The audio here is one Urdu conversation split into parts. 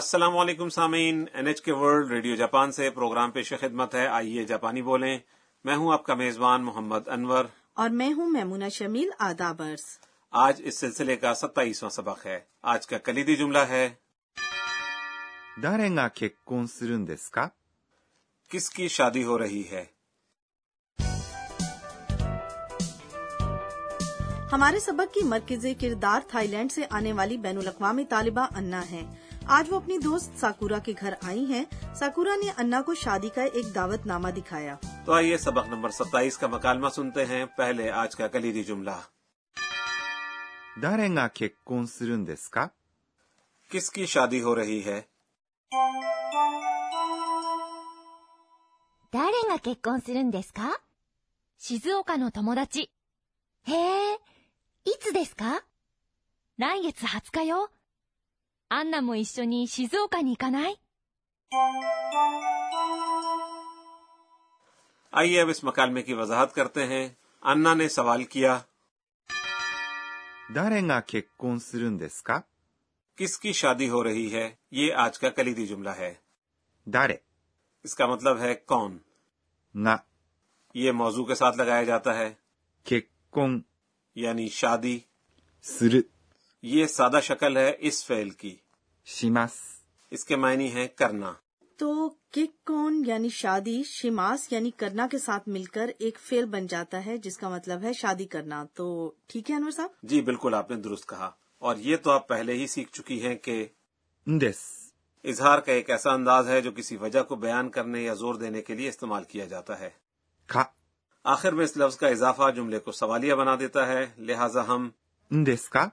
السلام علیکم سامعین N H K world radio Japan سے پروگرام پیش خدمت ہے آئیے جاپانی بولیں میں ہوں آپ کا میزبان محمد انور اور میں ہوں میمونہ شمیل آدابرس آج اس سلسلے کا ستائیسواں سبق ہے آج کا کلیدی جملہ ہے 誰が結婚するんですか کس کی شادی ہو رہی ہے ہمارے سبق کی مرکزی کردار تھائی لینڈ سے آنے والی بین الاقوامی طالبہ انا ہیں آج وہ اپنی دوست ساکورا کے گھر آئی ہیں ساکورا نے انا کو شادی کا ایک دعوت نامہ دکھایا تو آئیے سبق نمبر ستائیس کا مکالمہ سنتے ہیں پہلے آج کا کلیدی جملہ 誰が結婚するんですか کس کی شادی ہو رہی ہے 誰が結婚するんですか静岡の友達。へえ、いつですか来月20日よ。アンナも一緒に静岡に行かない آئیے اب اس مکالمے کی وضاحت کرتے ہیں انا نے سوال کیا 誰が結婚するんですか کس کی شادی ہو رہی ہے یہ آج کا کلیدی جملہ ہے 誰 اس کا مطلب ہے کون が یہ موضوع کے ساتھ لگایا جاتا ہے 結婚 یعنی شادی する یہ سادہ شکل ہے اس فعل کی します。 اس کے معنی ہیں کرنا تو کک کون یعنی شادی شماس یعنی کرنا کے ساتھ مل کر ایک فیل بن جاتا ہے جس کا مطلب ہے شادی کرنا تو ٹھیک ہے انور صاحب جی بالکل آپ نے درست کہا اور یہ تو آپ پہلے ہی سیکھ چکی ہیں کہ んです。 اظہار کا ایک ایسا انداز ہے جو کسی وجہ کو بیان کرنے یا زور دینے کے لیے استعمال کیا جاتا ہے か آخر میں اس لفظ کا اضافہ جملے کو سوالیہ بنا دیتا ہے لہٰذا ہم んですか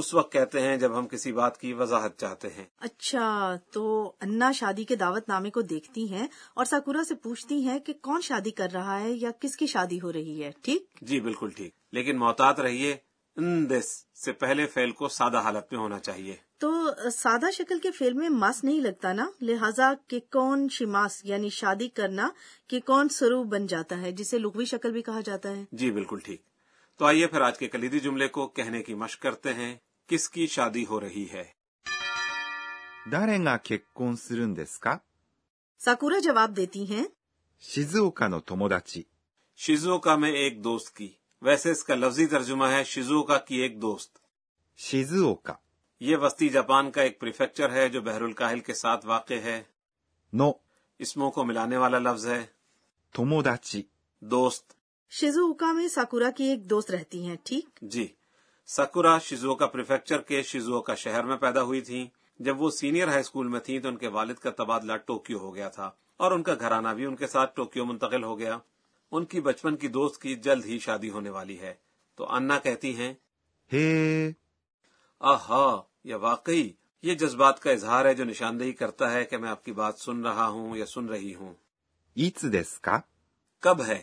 اس وقت کہتے ہیں جب ہم کسی بات کی وضاحت چاہتے ہیں اچھا تو انا شادی کے دعوت نامے کو دیکھتی ہیں اور ساکورا سے پوچھتی ہیں کہ کون شادی کر رہا ہے یا کس کی شادی ہو رہی ہے ٹھیک جی بالکل ٹھیک لیکن محتاط رہیے ان دس سے پہلے فعل کو سادہ حالت میں ہونا چاہیے تو سادہ شکل کے فیل میں ماس نہیں لگتا نا لہٰذا کہ کون شماس یعنی شادی کرنا کہ کون سرو بن جاتا ہے جسے لغوی شکل بھی کہا جاتا ہے جی بالکل ٹھیک تو آئیے پھر آج کے کلیدی جملے کو کہنے کی مشق کرتے ہیں کس کی شادی ہو رہی ہے 誰が結婚するんですか ساکورا جواب دیتی ہیں 静岡の友達。 شیزو کا میں ایک دوست کی ویسے اس کا لفظی ترجمہ ہے شیزو کا کی ایک دوست 静岡 یہ وسطی جاپان کا ایک پریفیکچر ہے جو بحر الکاہل کے ساتھ واقع ہے の اسموں کو ملانے والا لفظ ہے 友達。 دوست شیزوکا میں ساکورا کی ایک دوست رہتی ہیں ٹھیک جی سکورا شیزوکا پریفیکچر کے شیزوکا شہر میں پیدا ہوئی تھی جب وہ سینئر ہائی اسکول میں تھی تو ان کے والد کا تبادلہ ٹوکیو ہو گیا تھا اور ان کا گھرانہ بھی ان کے ساتھ ٹوکیو منتقل ہو گیا ان کی بچپن کی دوست کی جلد ہی شادی ہونے والی ہے تو انا کہتی ہیں へえ、 آہا یہ واقعی یہ جذبات کا اظہار ہے جو نشاندہی کرتا ہے کہ میں آپ کی بات سن رہا ہوں یا سن رہی ہوں いつですか کب ہے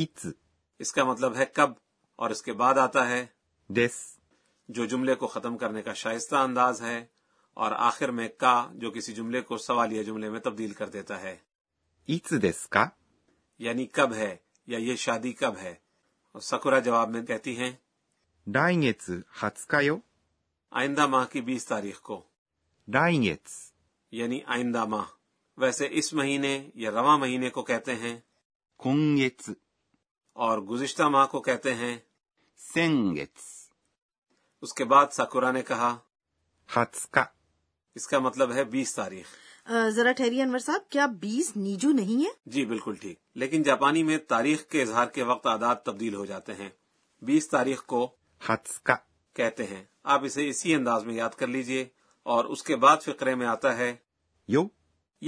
いつ اس کا مطلب ہے کب اور اس کے بعد آتا ہے です。 جو جملے کو ختم کرنے کا شائستہ انداز ہے اور آخر میں کا جو کسی جملے کو سوالیہ جملے میں تبدیل کر دیتا ہے いつですか یعنی کب ہے یا یہ شادی کب ہے اور سکورا جواب میں کہتی ہیں 来月20日よ。 آئندہ ماہ کی بیس تاریخ کو 来月。 یعنی آئندہ ماہ ویسے اس مہینے یا رواں مہینے کو کہتے ہیں 今月。 اور گزشتہ ماہ کو کہتے ہیں 先月。 اس کے بعد سکورا نے کہا 20日。 اس کا مطلب ہے بیس تاریخ آ، ذرا ٹھہریے انور صاحب کیا بیس نیجو نہیں ہے جی بالکل ٹھیک لیکن جاپانی میں تاریخ کے اظہار کے وقت عادات تبدیل ہو جاتے ہیں بیس تاریخ کو 20日。 کہتے ہیں آپ اسے اسی انداز میں یاد کر لیجئے اور اس کے بعد فقرے میں آتا ہے よ。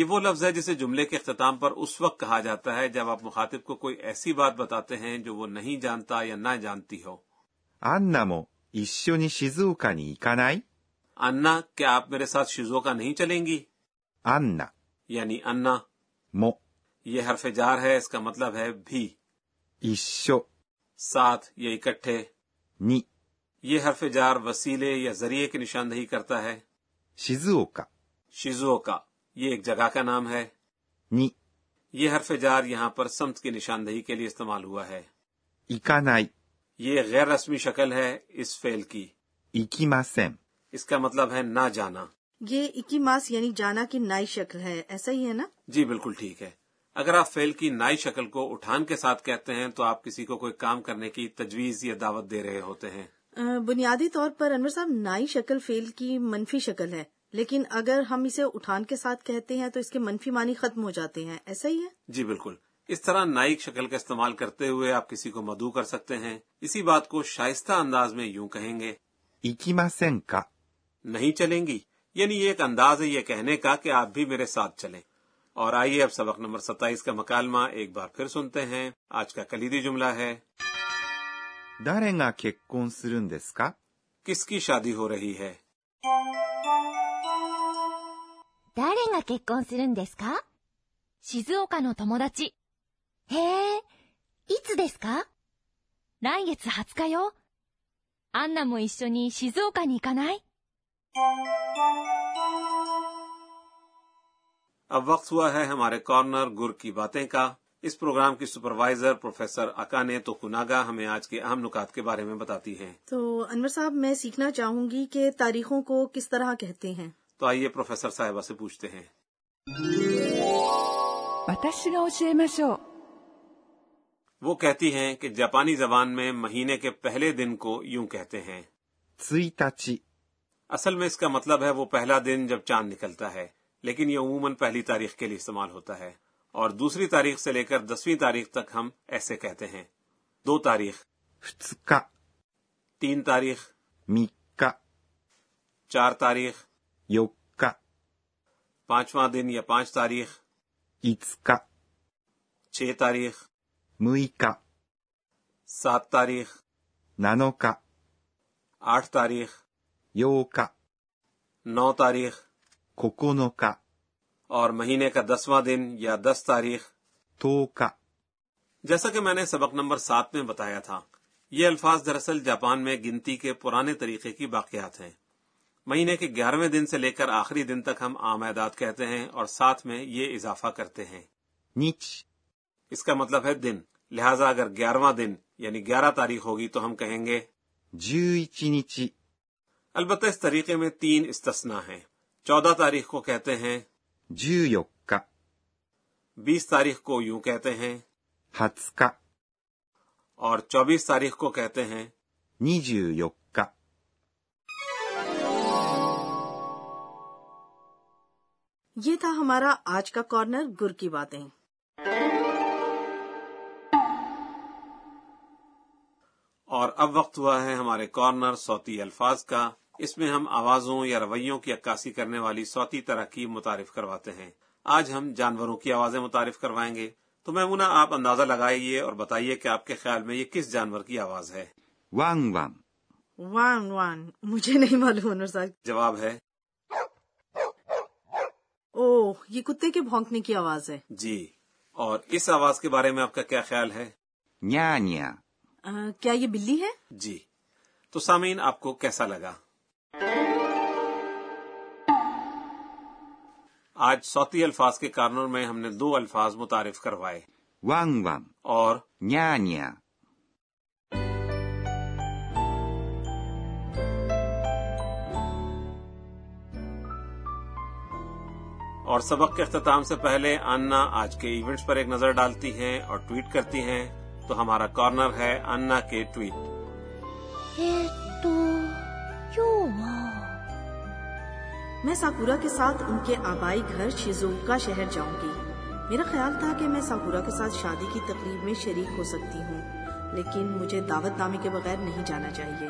یہ وہ لفظ ہے جسے جملے کے اختتام پر اس وقت کہا جاتا ہے جب آپ مخاطب کو کوئی ایسی بات بتاتے ہیں جو وہ نہیں جانتا یا نہ جانتی ہو アンナも一緒に静岡に行かない انا کیا آپ میرے ساتھ شیزو کا نہیں چلیں گی アンナ یعنی انا も یہ حرف جار ہے اس کا مطلب ہے بھی 一緒 ساتھ یا اکٹھے に یہ حرف جار وسیلے یا ذریعے کی نشاندہی کرتا ہے 静岡 شیزو کا یہ ایک جگہ کا نام ہے に یہ حرف جار یہاں پر سمت کی نشاندہی کے لیے استعمال ہوا ہے 行かない、 یہ غیر رسمی شکل ہے اس فعل کی 行きません。 اس کا مطلب ہے نہ جانا یہ اکی ماس یعنی جانا کی نئی شکل ہے ایسا ہی ہے نا جی بالکل ٹھیک ہے اگر آپ فیل کی نئی شکل کو اٹھان کے ساتھ کہتے ہیں تو آپ کسی کو کوئی کام کرنے کی تجویز یا دعوت دے رہے ہوتے ہیں آ، بنیادی طور پر انور صاحب نئی شکل فیل کی منفی شکل ہے لیکن اگر ہم اسے اٹھان کے ساتھ کہتے ہیں تو اس کے منفی معنی ختم ہو جاتے ہیں ایسا ہی ہے جی بالکل اس طرح نائک شکل کا استعمال کرتے ہوئے آپ کسی کو مدعو کر سکتے ہیں اسی بات کو شائستہ انداز میں یوں کہیں گے 行きませんか نہیں چلیں گی یعنی یہ ایک انداز ہے یہ کہنے کا کہ آپ بھی میرے ساتھ چلیں اور آئیے اب سبق نمبر ستائیس کا مکالمہ ایک بار پھر سنتے ہیں آج کا کلیدی جملہ ہے 誰が結婚するんですか کس کی شادی ہو رہی ہے 誰が結婚するんですか静岡の友達。へえ、いつですか来月20日よ。アンナも一緒に静岡に行かない اب وقت ہوا ہے ہمارے کارنر گر کی باتیں کا اس پروگرام کی سپروائزر پروفیسر اکانے تو کناگا ہمیں آج کے اہم نکات کے بارے میں بتاتی ہیں تو انور صاحب میں سیکھنا چاہوں گی کہ تاریخوں کو کس طرح کہتے ہیں تو آئیے پروفیسر صاحبہ سے پوچھتے ہیں 私が教えましょう وہ کہتی ہیں کہ جاپانی زبان میں مہینے کے پہلے دن کو یوں کہتے ہیں 1日 اصل میں اس کا مطلب ہے وہ پہلا دن جب چاند نکلتا ہے لیکن یہ عموماً پہلی تاریخ کے لیے استعمال ہوتا ہے اور دوسری تاریخ سے لے کر دسویں تاریخ تک ہم ایسے کہتے ہیں دو تاریخ 2日 تین تاریخ 3日 چار تاریخ 4日 پانچواں دن یا پانچ تاریخ 5日 چھ تاریخ 6日 سات تاریخ 7日 آٹھ تاریخ 8日 نو تاریخ 9日 اور مہینے کا دسواں دن یا دس تاریخ 10日 جیسا کہ میں نے سبق نمبر سات میں بتایا تھا یہ الفاظ دراصل جاپان میں گنتی کے پرانے طریقے کی باقیات ہیں مہینے کے گیارہویں دن سے لے کر آخری دن تک ہم عام اعداد کہتے ہیں اور ساتھ میں یہ اضافہ کرتے ہیں 日 اس کا مطلب ہے دن لہٰذا اگر گیارہواں دن یعنی گیارہ تاریخ ہوگی تو ہم کہیں گے 11日 البتہ اس طریقے میں تین استثنا ہیں چودہ تاریخ کو کہتے ہیں 14日 بیس تاریخ کو یوں کہتے ہیں 20日 اور چوبیس تاریخ کو کہتے ہیں 24日 یہ تھا ہمارا آج کا کارنر گر کی باتیں اور اب وقت ہوا ہے ہمارے کارنر صوتی الفاظ کا اس میں ہم آوازوں یا رویوں کی عکاسی کرنے والی صوتی ترقی متعارف کرواتے ہیں آج ہم جانوروں کی آوازیں متعارف کروائیں گے تو میمونہ آپ اندازہ لگائیے اور بتائیے کہ آپ کے خیال میں یہ کس جانور کی آواز ہے ワンワン وان وان مجھے نہیں معلوم انور صاحب جواب ہے اوہ یہ کتے کے بھونکنے کی آواز ہے جی اور اس آواز کے بارے میں آپ کا کیا خیال ہے にゃーにゃー آ، کیا یہ بلی ہے جی تو سامعین آپ کو کیسا لگا آج صوتی الفاظ کے کارنر میں ہم نے دو الفاظ متعارف کروائے ワンワン اور にゃーにゃー اور سبق کے اختتام سے پہلے انا آج کے ایونٹس پر ایک نظر ڈالتی ہیں اور ٹویٹ کرتی ہیں تو ہمارا کارنر ہے انا کے ٹویٹ えーっと、今日は、 میں ساکورا کے ساتھ ان کے آبائی گھر شیزوکا شہر جاؤں گی میرا خیال تھا کہ میں ساکورا کے ساتھ شادی کی تقریب میں شریک ہو سکتی ہوں لیکن مجھے دعوت نامے کے بغیر نہیں جانا چاہیے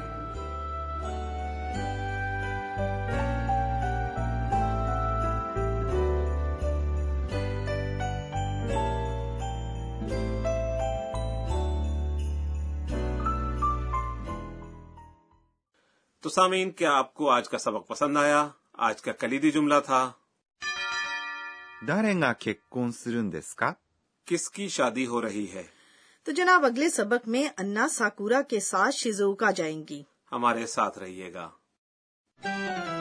تو سامعین کیا آپ کو آج کا سبق پسند آیا آج کا کلیدی جملہ تھا 誰が結婚するんですか کس کی شادی ہو رہی ہے تو جناب اگلے سبق میں انا ساکورا کے ساتھ شیزوکا جائیں گی ہمارے ساتھ رہیے گا